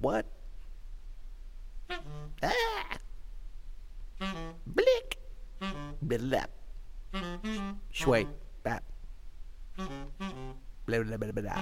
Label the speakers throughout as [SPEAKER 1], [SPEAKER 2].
[SPEAKER 1] What? Ah! Blick! Blap. Shway. Bap. Blah, blah, blah, blah.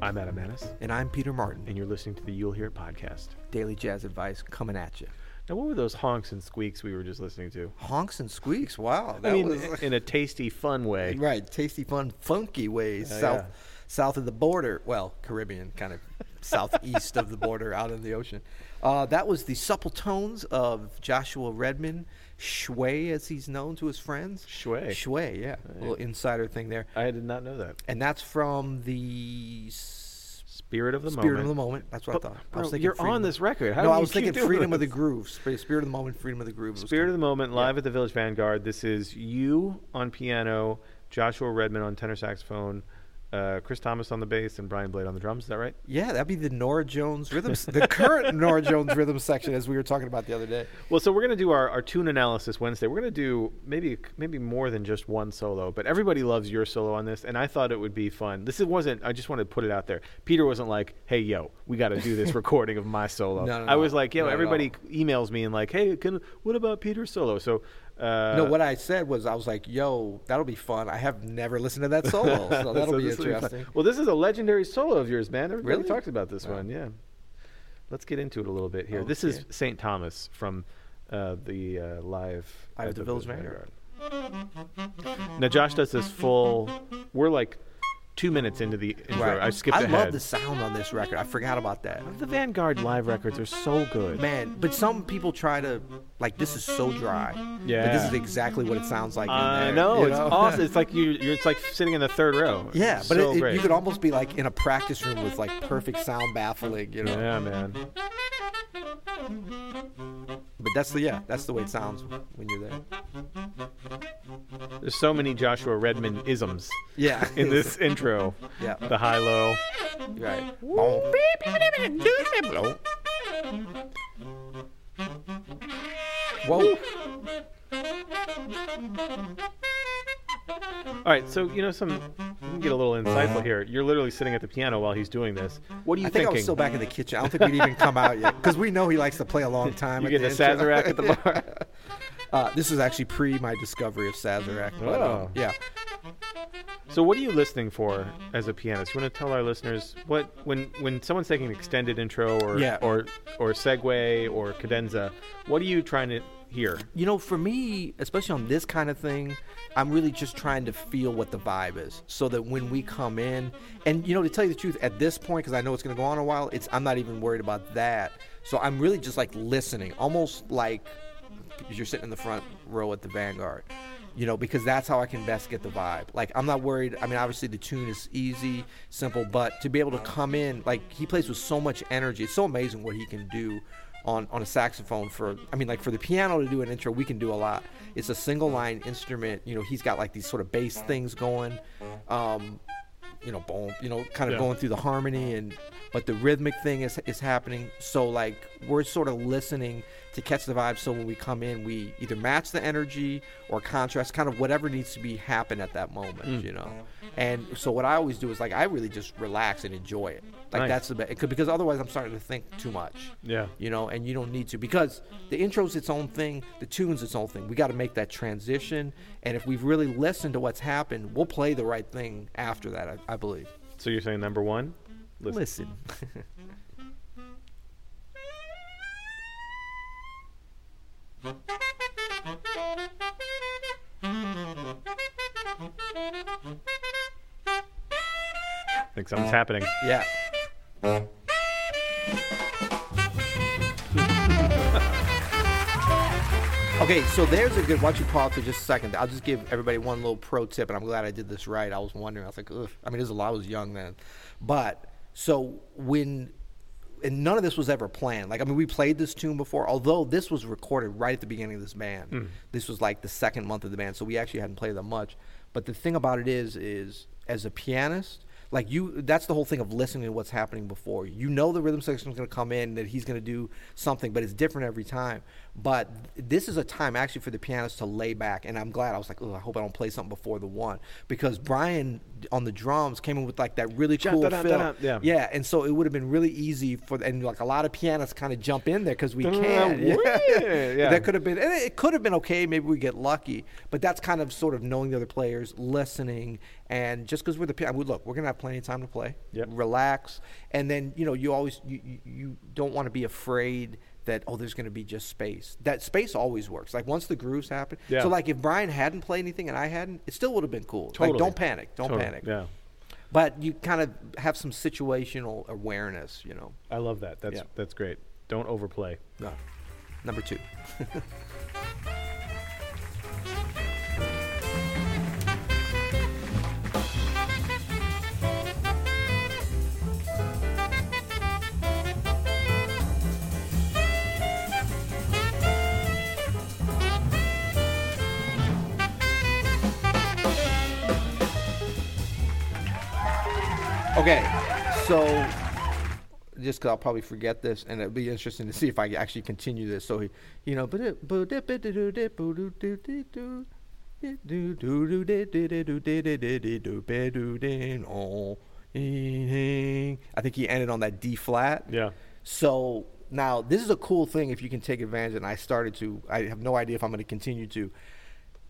[SPEAKER 2] I'm Adam Manis,
[SPEAKER 1] And I'm Peter Martin,
[SPEAKER 2] and you're listening to the You'll Hear It podcast.
[SPEAKER 1] Daily Jazz Advice coming at you.
[SPEAKER 2] Now, what were those honks and squeaks we were just listening to?
[SPEAKER 1] Honks and squeaks. Wow. That
[SPEAKER 2] I mean,
[SPEAKER 1] was.
[SPEAKER 2] in a tasty, fun way.
[SPEAKER 1] Right, tasty, fun, funky ways
[SPEAKER 2] Oh,
[SPEAKER 1] south
[SPEAKER 2] yeah.
[SPEAKER 1] south of the border. Well, Caribbean, kind of southeast of the border, out in the ocean. Uh, that was the supple tones of Joshua Redman, Shway, as he's known to his friends.
[SPEAKER 2] Shway.
[SPEAKER 1] Shway, yeah,
[SPEAKER 2] Oh,
[SPEAKER 1] little insider thing there,
[SPEAKER 2] I did not know that.
[SPEAKER 1] and that's from the. s-
[SPEAKER 2] Spirit of the
[SPEAKER 1] Spirit
[SPEAKER 2] moment.
[SPEAKER 1] of the moment. That's what
[SPEAKER 2] But,
[SPEAKER 1] I thought. I
[SPEAKER 2] bro,
[SPEAKER 1] was thinking
[SPEAKER 2] you're
[SPEAKER 1] Freedom
[SPEAKER 2] on
[SPEAKER 1] of-
[SPEAKER 2] this record. How
[SPEAKER 1] no,
[SPEAKER 2] do
[SPEAKER 1] I
[SPEAKER 2] you
[SPEAKER 1] was
[SPEAKER 2] keep
[SPEAKER 1] thinking
[SPEAKER 2] doing
[SPEAKER 1] freedom of the
[SPEAKER 2] this?
[SPEAKER 1] groove. Sp- Spirit of the moment, freedom of the groove. was
[SPEAKER 2] Spirit
[SPEAKER 1] kind
[SPEAKER 2] of the moment, live at the Village Vanguard. This is you on piano, Joshua Redman on tenor saxophone, uh, Chris Thomas on the bass, and Brian Blade on the drums. Is that right?
[SPEAKER 1] Yeah, that'd be the Nora Jones rhythm, s- the current Nora Jones rhythm section, as we were talking about the other day.
[SPEAKER 2] Well, so we're going to do our, our tune analysis Wednesday. We're going to do maybe maybe more than just one solo, but everybody loves your solo on this, and I thought it would be fun. This is- wasn't. I just wanted to put it out there. Peter wasn't like, "Hey, yo, we got to do this recording of my solo."
[SPEAKER 1] No, no,
[SPEAKER 2] I was
[SPEAKER 1] no,
[SPEAKER 2] like, "Yo,
[SPEAKER 1] not at
[SPEAKER 2] everybody emails me and like, hey, can what about Peter's solo?" So. Uh,
[SPEAKER 1] no, what I said was I was like, "Yo, that'll be fun." I have never listened to that solo, so that'll
[SPEAKER 2] So
[SPEAKER 1] be
[SPEAKER 2] this will fun.
[SPEAKER 1] interesting.
[SPEAKER 2] well, this is a legendary solo of yours, man. Everybody
[SPEAKER 1] Really?
[SPEAKER 2] talks about this one. Yeah. Let's get into it a little bit here. This is
[SPEAKER 1] Okay.
[SPEAKER 2] St. Thomas from uh, the uh, live
[SPEAKER 1] Live
[SPEAKER 2] at
[SPEAKER 1] at the Village Vanguard.
[SPEAKER 2] Vanguard. Now Josh does this full. We're like two minutes into the intro. I skipped
[SPEAKER 1] I
[SPEAKER 2] ahead.
[SPEAKER 1] love the sound on this record. I forgot about that.
[SPEAKER 2] The Vanguard live records are so good.
[SPEAKER 1] Man, but some people try to like this is so dry. But this
[SPEAKER 2] Yeah.
[SPEAKER 1] is exactly what it sounds like. in
[SPEAKER 2] I
[SPEAKER 1] there,
[SPEAKER 2] know
[SPEAKER 1] you
[SPEAKER 2] it's awesome. It's like you, you're. It's like sitting in the third row.
[SPEAKER 1] Yeah,
[SPEAKER 2] It's
[SPEAKER 1] but
[SPEAKER 2] so
[SPEAKER 1] it, it-
[SPEAKER 2] great.
[SPEAKER 1] you could almost be like in a practice room with like perfect sound baffling, you know.
[SPEAKER 2] Yeah, man.
[SPEAKER 1] But that's the yeah, that's the way it sounds when you're there.
[SPEAKER 2] There's so many Joshua Redman isms
[SPEAKER 1] Yeah.
[SPEAKER 2] in this intro.
[SPEAKER 1] Yeah.
[SPEAKER 2] The high low.
[SPEAKER 1] right. Whoa.
[SPEAKER 2] All right, so you know some. We can get a little insightful here. You're literally sitting at the piano while he's doing this. What are you
[SPEAKER 1] I think I
[SPEAKER 2] thinking?
[SPEAKER 1] was still back in the kitchen. I don't think we'd even come out yet because we know he likes to play a long time.
[SPEAKER 2] you
[SPEAKER 1] at
[SPEAKER 2] get the
[SPEAKER 1] the intro.
[SPEAKER 2] Sazerac at the bar.
[SPEAKER 1] Uh, this is actually pre my discovery of Sazerac. But,
[SPEAKER 2] Oh.
[SPEAKER 1] um, yeah.
[SPEAKER 2] So, what are you listening for as a pianist? You want to tell our listeners what when when someone's taking an extended intro or
[SPEAKER 1] Yeah.
[SPEAKER 2] or or segue or cadenza, what are you trying to hear?
[SPEAKER 1] You know, for me, especially on this kind of thing, I'm really just trying to feel what the vibe is, so that when we come in, and you know, to tell you the truth, at this point, because I know it's going to go on a while, it's I'm not even worried about that. So I'm really just like listening, almost like you're sitting in the front row at the Vanguard, you know, because that's how I can best get the vibe. Like I'm not worried. I mean, obviously the tune is easy, simple, but to be able to come in, like he plays with so much energy. It's so amazing what he can do on, on a saxophone for I mean like for the piano to do an intro we can do a lot it's a single line instrument you know he's got like these sort of bass things going um you know boom you know kind of
[SPEAKER 2] Yeah.
[SPEAKER 1] going through the harmony and but the rhythmic thing is is happening so like we're sort of listening to catch the vibe so when we come in we either match the energy or contrast kind of whatever needs to be happen at that moment
[SPEAKER 2] Hmm.
[SPEAKER 1] you know and so what I always do is like I really just relax and enjoy it like
[SPEAKER 2] Nice.
[SPEAKER 1] that's the best because otherwise I'm starting to think too much
[SPEAKER 2] Yeah.
[SPEAKER 1] you know, and you don't need to because the intro's its own thing, the tune's its own thing. We got to make that transition, and if we've really listened to what's happened, we'll play the right thing after that. I, I believe.
[SPEAKER 2] So you're saying number one, listen.
[SPEAKER 1] Listen.
[SPEAKER 2] I think something's
[SPEAKER 1] Uh,
[SPEAKER 2] happening.
[SPEAKER 1] yeah. Okay, so there's a good. Why don't you pause for just a second? I'll just give everybody one little pro tip, and I'm glad I did this right. I was wondering. I was like, Ugh. I mean, it was a lot. I was young then, but so when and none of this was ever planned. Like, I mean, we played this tune before, although this was recorded right at the beginning of this band. This was like the second month of the band, so we actually hadn't played that much. But the thing about it is, is as a pianist, Like you, that's the whole thing of listening to what's happening before. You know the rhythm section's going to come in, that he's going to do something, but it's different every time. But this is a time actually for the pianist to lay back, and I'm glad. I was like, oh, I hope I don't play something before the one because Brian on the drums came in with like that really
[SPEAKER 2] Ja,
[SPEAKER 1] cool
[SPEAKER 2] da-da,
[SPEAKER 1] fill.
[SPEAKER 2] da-da, yeah.
[SPEAKER 1] yeah, and so it would have been really easy for and like a lot of pianists kind of jump in there because we
[SPEAKER 2] Da-da-da,
[SPEAKER 1] can. Yeah.
[SPEAKER 2] whee! Yeah.
[SPEAKER 1] That could have been and it could have been okay. Maybe we get lucky, but that's kind of sort of knowing the other players, listening, and just because we're the pi- I mean, look, we're gonna have plenty of time to play.
[SPEAKER 2] Yep.
[SPEAKER 1] Relax, and then you know you always you you- you don't want to be afraid that oh there's gonna be just space. That space always works. Like once the grooves happen.
[SPEAKER 2] Yeah.
[SPEAKER 1] So like if Brian hadn't played anything and I hadn't, it still would have been cool.
[SPEAKER 2] Totally.
[SPEAKER 1] Like don't panic, don't
[SPEAKER 2] Totally,
[SPEAKER 1] panic.
[SPEAKER 2] Yeah.
[SPEAKER 1] But you kind of have some situational awareness, you know.
[SPEAKER 2] I love that. That's
[SPEAKER 1] Yeah.
[SPEAKER 2] that's great. Don't overplay.
[SPEAKER 1] No. Number two. Okay, so just because I'll probably forget this, and it'll be interesting to see if I actually continue this. So, he, you know, I think he ended on that D flat.
[SPEAKER 2] Yeah.
[SPEAKER 1] So now this is a cool thing if you can take advantage. And I started to. I have no idea if I'm going to continue to.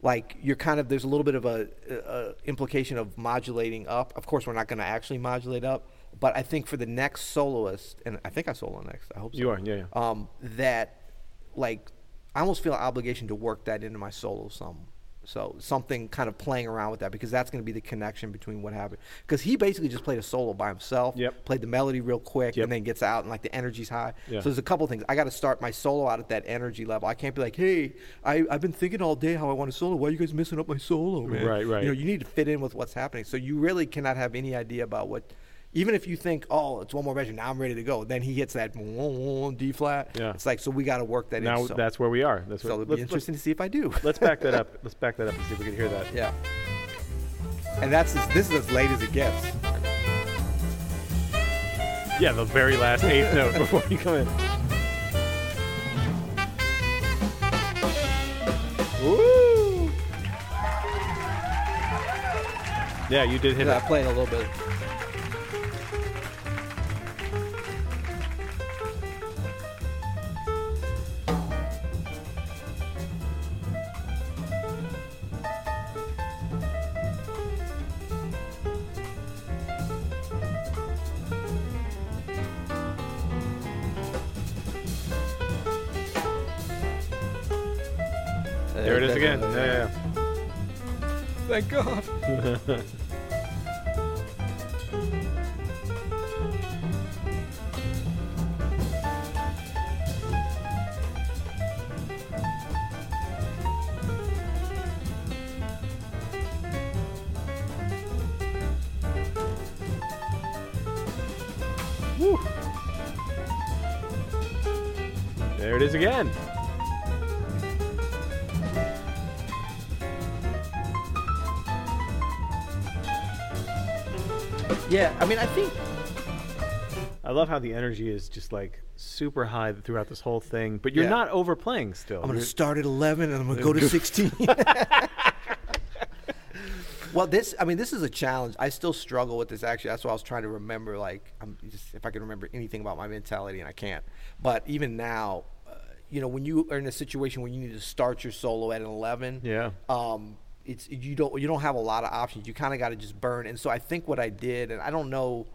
[SPEAKER 1] Like you're kind of there's a little bit of a, a implication of modulating up. Of course, we're not going to actually modulate up, but I think for the next soloist, and I think I solo next. I hope so.
[SPEAKER 2] You are, yeah, yeah.
[SPEAKER 1] Um, that like I almost feel an obligation to work that into my solo some. So something kind of playing around with that because that's going to be the connection between what happened. Because he basically just played a solo by himself,
[SPEAKER 2] Yep.
[SPEAKER 1] played the melody real quick,
[SPEAKER 2] Yep.
[SPEAKER 1] and then gets out and like the energy's high.
[SPEAKER 2] Yeah.
[SPEAKER 1] So there's a couple things. I got to start my solo out at that energy level. I can't be like, hey, I, I've been thinking all day how I want to solo. Why are you guys messing up my solo, man?
[SPEAKER 2] Right, right.
[SPEAKER 1] You know, you need to fit in with what's happening. So you really cannot have any idea about what. Even if you think, oh, it's one more measure, now I'm ready to go. Then he hits that D flat.
[SPEAKER 2] Yeah.
[SPEAKER 1] It's like so we got to work that
[SPEAKER 2] Now
[SPEAKER 1] in. So,
[SPEAKER 2] that's where we are. That's
[SPEAKER 1] so
[SPEAKER 2] where,
[SPEAKER 1] it'll be
[SPEAKER 2] let's, let's,
[SPEAKER 1] interesting to see if I do.
[SPEAKER 2] let's back that up. Let's back that up and see if we can hear that.
[SPEAKER 1] yeah. And that's as, this is as late as it gets.
[SPEAKER 2] Yeah, the very last eighth note before you come in. Woo! Yeah, you did hit
[SPEAKER 1] Yeah, I
[SPEAKER 2] it.
[SPEAKER 1] played a little bit.
[SPEAKER 2] There it is again. Yeah, yeah,
[SPEAKER 1] Thank God.
[SPEAKER 2] yeah. There it is again.
[SPEAKER 1] Yeah, I mean, I think
[SPEAKER 2] I love how the energy is just like super high throughout this whole thing, but you're
[SPEAKER 1] Yeah.
[SPEAKER 2] not overplaying still.
[SPEAKER 1] I'm going to
[SPEAKER 2] You're-
[SPEAKER 1] start at 11 and I'm going to go to 16. well, this, I mean, this is a challenge. I still struggle with this, actually. That's why I was trying to remember, like, I'm just, if I can remember anything about my mentality, and I can't. But even now, uh, you know, when you are in a situation where you need to start your solo at an 11,
[SPEAKER 2] Yeah.
[SPEAKER 1] um, it's you don't you don't have a lot of options. You kind of got to just burn. And so I think what I did, and I don't know,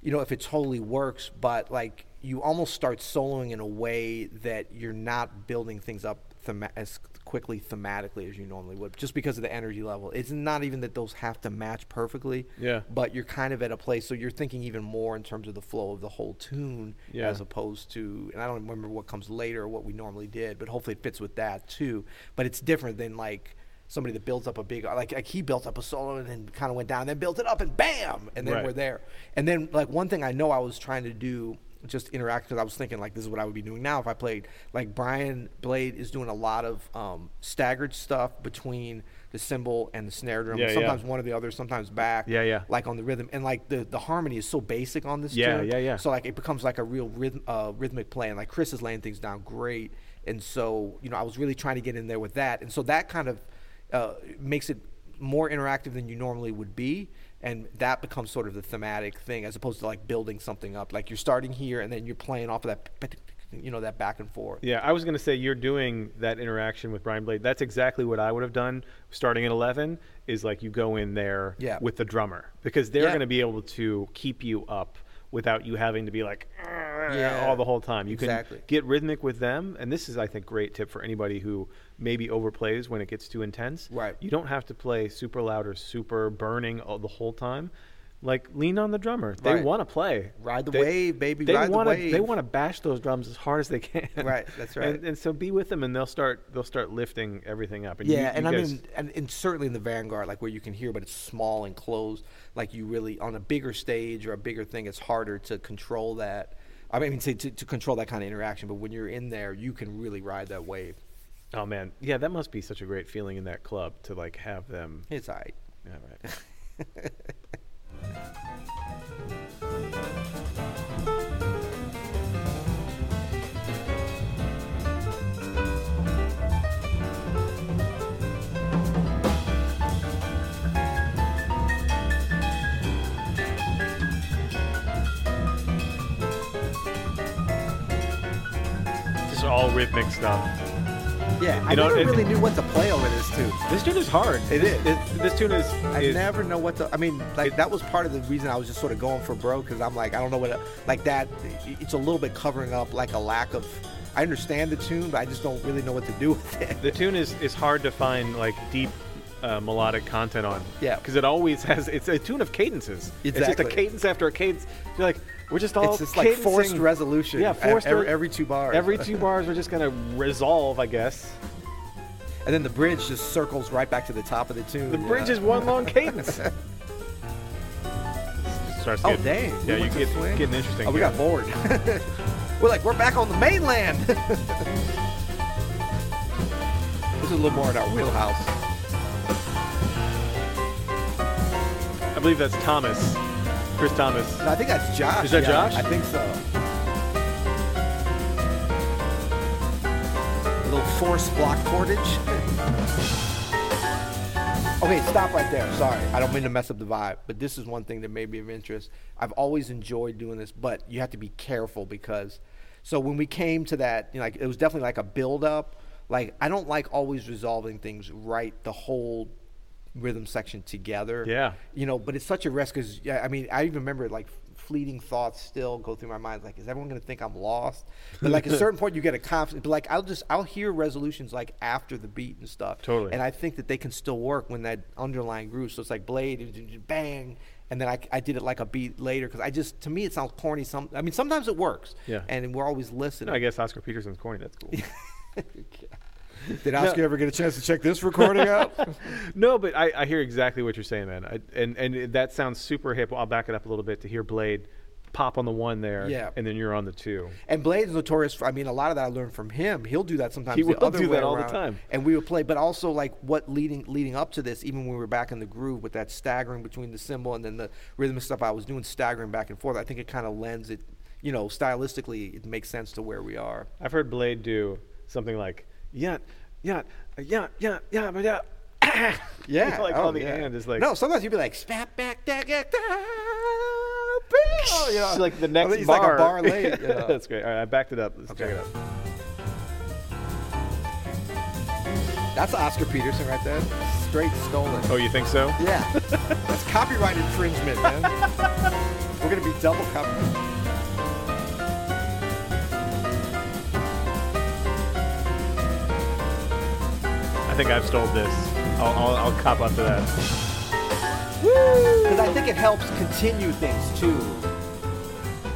[SPEAKER 1] you know, if it totally works, but like you almost start soloing in a way that you're not building things up thema- as quickly thematically as you normally would, just because of the energy level. It's not even that those have to match perfectly.
[SPEAKER 2] Yeah.
[SPEAKER 1] But you're kind of at a place, so you're thinking even more in terms of the flow of the whole tune,
[SPEAKER 2] Yeah.
[SPEAKER 1] as opposed to, and I don't remember what comes later or what we normally did, but hopefully it fits with that too. But it's different than like somebody that builds up a big, like, like he built up a solo and then kind of went down, then built it up and bam, and then
[SPEAKER 2] Right.
[SPEAKER 1] we're there. And then like one thing I know I was trying to do, just interact because I was thinking like this is what I would be doing now if I played. Like Brian Blade is doing a lot of um, staggered stuff between the cymbal and the snare drum.
[SPEAKER 2] Yeah, yeah.
[SPEAKER 1] sometimes one or the other, sometimes back.
[SPEAKER 2] Yeah, yeah.
[SPEAKER 1] Like on the rhythm and like the the harmony is so basic on this.
[SPEAKER 2] Yeah,
[SPEAKER 1] tune.
[SPEAKER 2] yeah, yeah.
[SPEAKER 1] So like it becomes like a real rhythm uh, rhythmic play and like Chris is laying things down great. And so you know I was really trying to get in there with that. And so that kind of uh, makes it more interactive than you normally would be and that becomes sort of the thematic thing as opposed to like building something up like you're starting here and then you're playing off of that p- p- you know that back and forth
[SPEAKER 2] Yeah, I was going to say you're doing that interaction with Brian Blade. That's exactly what I would have done starting at 11 is like you go in there
[SPEAKER 1] Yeah.
[SPEAKER 2] with the drummer because they're
[SPEAKER 1] Yeah.
[SPEAKER 2] going to be able to keep you up without you having to be like
[SPEAKER 1] Yeah,
[SPEAKER 2] all the whole time. You
[SPEAKER 1] exactly.
[SPEAKER 2] can get rhythmic with them and this is I think great tip for anybody who maybe overplays when it gets too intense.
[SPEAKER 1] Right.
[SPEAKER 2] You don't have to play super loud or super burning all the whole time. Like lean on the drummer. They
[SPEAKER 1] Right.
[SPEAKER 2] want to play.
[SPEAKER 1] Ride the
[SPEAKER 2] They-
[SPEAKER 1] wave, baby,
[SPEAKER 2] They
[SPEAKER 1] ride the
[SPEAKER 2] wanna- They
[SPEAKER 1] wave.
[SPEAKER 2] want to bash those drums as hard as they can.
[SPEAKER 1] Right, that's right.
[SPEAKER 2] And, and so be with them, and they'll start they'll start lifting everything up. And you-
[SPEAKER 1] yeah
[SPEAKER 2] you
[SPEAKER 1] and i
[SPEAKER 2] guys-
[SPEAKER 1] mean and, and certainly in the vanguard like where you can hear but it's small and closed like you really on a bigger stage or a bigger thing it's harder to control that i mean to, to, to control that kind of interaction but when you're in there you can really ride that wave
[SPEAKER 2] oh man, yeah, that must be such a great feeling in that club to like have them.
[SPEAKER 1] it's all right
[SPEAKER 2] Yeah, right. Just all rhythmic stuff.
[SPEAKER 1] yeah i
[SPEAKER 2] You know,
[SPEAKER 1] never
[SPEAKER 2] it-
[SPEAKER 1] really knew what to play over this too
[SPEAKER 2] This tune is hard.
[SPEAKER 1] It is.
[SPEAKER 2] this tune is.
[SPEAKER 1] I
[SPEAKER 2] is-
[SPEAKER 1] never know what to. I mean, like that was part of the reason I was just sort of going for bro because I'm like I don't know what like that. It's a little bit covering up like a lack of. I understand the tune, but I just don't really know what to do with it.
[SPEAKER 2] the tune is is hard to find like deep uh, melodic content on.
[SPEAKER 1] Yeah.
[SPEAKER 2] because it always has. It's a tune of cadences. It's just a
[SPEAKER 1] Exactly.
[SPEAKER 2] cadence after a cadence. You're like, we're just all.
[SPEAKER 1] It's just like forced
[SPEAKER 2] Oh, cadencing.
[SPEAKER 1] resolution.
[SPEAKER 2] Yeah,
[SPEAKER 1] ev-
[SPEAKER 2] forced
[SPEAKER 1] every,
[SPEAKER 2] re-
[SPEAKER 1] every two bars. Uh,
[SPEAKER 2] Every two bars, we're just gonna resolve, I guess.
[SPEAKER 1] and then the bridge just circles right back to the top of the tune.
[SPEAKER 2] The bridge
[SPEAKER 1] yeah.
[SPEAKER 2] is one long cadence. Starts
[SPEAKER 1] Oh
[SPEAKER 2] getting-
[SPEAKER 1] dang! we
[SPEAKER 2] Yeah, you
[SPEAKER 1] went to
[SPEAKER 2] get
[SPEAKER 1] swing.
[SPEAKER 2] getting interesting.
[SPEAKER 1] Oh, we
[SPEAKER 2] here.
[SPEAKER 1] got bored. we're like we're back on the mainland. this is a little more in our wheelhouse.
[SPEAKER 2] I believe that's Thomas, Chris Thomas.
[SPEAKER 1] No, I think that's Josh.
[SPEAKER 2] Is that
[SPEAKER 1] yeah,
[SPEAKER 2] Josh?
[SPEAKER 1] I think so. A little force block cordage. okay, stop right there. Sorry, I don't mean to mess up the vibe, but this is one thing that may be of interest. I've always enjoyed doing this, but you have to be careful because. So when we came to that, you know, like it was definitely like a build up. Like I don't like always resolving things right the whole rhythm section together
[SPEAKER 2] Yeah.
[SPEAKER 1] you know but it's such a risk because yeah, i mean i even remember like fleeting thoughts still go through my mind like is everyone going to think i'm lost but like at a certain point you get a confidence but like i'll just i'll hear resolutions like after the beat and stuff
[SPEAKER 2] Totally.
[SPEAKER 1] and i think that they can still work when that underlying groove so it's like blade and then just bang and then I, I did it like a beat later because I just to me it sounds corny. Some I mean sometimes it works.
[SPEAKER 2] Yeah.
[SPEAKER 1] And we're always listening.
[SPEAKER 2] No, I guess Oscar Peterson's corny. That's cool.
[SPEAKER 1] Did Oscar ever get a chance to check this recording out?
[SPEAKER 2] no, but I, I hear exactly what you're saying, man. I, and and it- that sounds super hip. I'll back it up a little bit to hear Blade pop on the one there,
[SPEAKER 1] Yeah.
[SPEAKER 2] and then you're on the two.
[SPEAKER 1] And Blade's notorious for, I mean, a lot of that I learned from him. He'll do that sometimes.
[SPEAKER 2] He
[SPEAKER 1] the
[SPEAKER 2] will
[SPEAKER 1] other
[SPEAKER 2] do that
[SPEAKER 1] way
[SPEAKER 2] all the
[SPEAKER 1] around.
[SPEAKER 2] time.
[SPEAKER 1] And we would play, but also like what leading leading up to this, even when we were back in the groove with that staggering between the cymbal and then the rhythm and stuff I was doing, staggering back and forth. I think it kind of lends it, you know, stylistically, it makes sense to where we are.
[SPEAKER 2] I've heard Blade do something like yeah, yeah, yeah, yeah, yeah, but yeah.
[SPEAKER 1] Yeah,
[SPEAKER 2] like
[SPEAKER 1] oh,
[SPEAKER 2] on the
[SPEAKER 1] yeah.
[SPEAKER 2] hand is like
[SPEAKER 1] no. Sometimes you'd be like, snap back, that, that, that,
[SPEAKER 2] Oh,
[SPEAKER 1] you know.
[SPEAKER 2] it's like the
[SPEAKER 1] I
[SPEAKER 2] next
[SPEAKER 1] think it's
[SPEAKER 2] bar.
[SPEAKER 1] like a bar late. you know.
[SPEAKER 2] That's great. All right, I backed it up. Let's
[SPEAKER 1] Okay.
[SPEAKER 2] check it out.
[SPEAKER 1] That's Oscar Peterson right there. Straight stolen.
[SPEAKER 2] Oh, you think so?
[SPEAKER 1] Yeah. That's copyright infringement, man. We're going to be double copyright.
[SPEAKER 2] I think I've stole this. I'll, I'll, I'll cop up to that.
[SPEAKER 1] Because I think it helps continue things, too.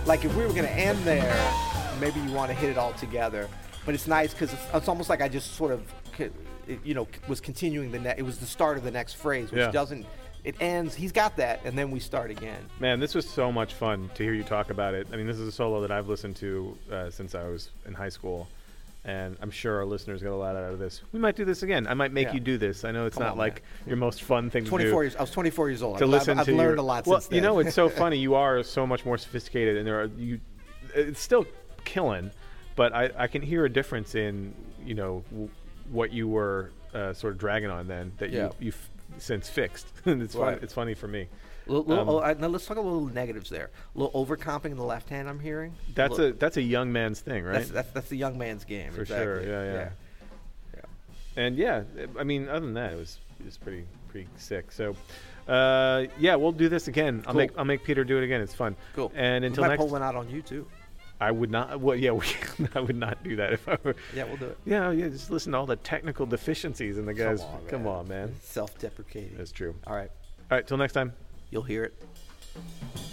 [SPEAKER 1] Like, if we were going to end there, maybe you want to hit it all together. But it's nice because it's, it's almost like I just sort of, c- it- you know, c- was continuing the next, it was the start of the next phrase, which
[SPEAKER 2] Yeah.
[SPEAKER 1] doesn't It ends. He's got that, and then we start again.
[SPEAKER 2] Man, this was so much fun to hear you talk about it. I mean, this is a solo that I've listened to uh, since I was in high school, and I'm sure our listeners got a lot out of this. We might do this again. I might make
[SPEAKER 1] Yeah.
[SPEAKER 2] you do this. I know it's
[SPEAKER 1] Come
[SPEAKER 2] not
[SPEAKER 1] on,
[SPEAKER 2] like your most fun thing to do.
[SPEAKER 1] 24 years. I was 24 years old.
[SPEAKER 2] to
[SPEAKER 1] I've,
[SPEAKER 2] listen
[SPEAKER 1] I've,
[SPEAKER 2] to
[SPEAKER 1] I've
[SPEAKER 2] your-
[SPEAKER 1] learned a lot
[SPEAKER 2] well,
[SPEAKER 1] since then.
[SPEAKER 2] you know it's so funny you are so much more sophisticated and there are you it's still killing but i i can hear a difference in you know w- what you were uh, sort of dragging on then that
[SPEAKER 1] Yeah.
[SPEAKER 2] you you've since fixed and it's fun,
[SPEAKER 1] Right.
[SPEAKER 2] it's funny for me
[SPEAKER 1] Little- little-
[SPEAKER 2] um,
[SPEAKER 1] oh, I- now let's talk a little negatives there. A little overcomping in the left hand. I'm hearing.
[SPEAKER 2] that's
[SPEAKER 1] Look,
[SPEAKER 2] a that's a young man's thing right
[SPEAKER 1] that's, that's that's the young man's game.
[SPEAKER 2] For
[SPEAKER 1] exactly.
[SPEAKER 2] sure, yeah, yeah.
[SPEAKER 1] yeah.
[SPEAKER 2] and yeah i mean other than that it was it was pretty pretty sick so uh, yeah, we'll do this again. I'll
[SPEAKER 1] Cool.
[SPEAKER 2] make I'll make Peter do it again. It's fun.
[SPEAKER 1] Cool.
[SPEAKER 2] And
[SPEAKER 1] We
[SPEAKER 2] until
[SPEAKER 1] might
[SPEAKER 2] next,
[SPEAKER 1] pull one out on you too.
[SPEAKER 2] I would not. Well, yeah, we, I would not do that if I were.
[SPEAKER 1] Yeah, we'll do it.
[SPEAKER 2] Yeah, yeah. Just listen to all the technical deficiencies in the guys.
[SPEAKER 1] on,
[SPEAKER 2] Come
[SPEAKER 1] man.
[SPEAKER 2] on, man.
[SPEAKER 1] Self-deprecating.
[SPEAKER 2] That's true. All
[SPEAKER 1] All right,
[SPEAKER 2] right. Till next time.
[SPEAKER 1] you'll hear it.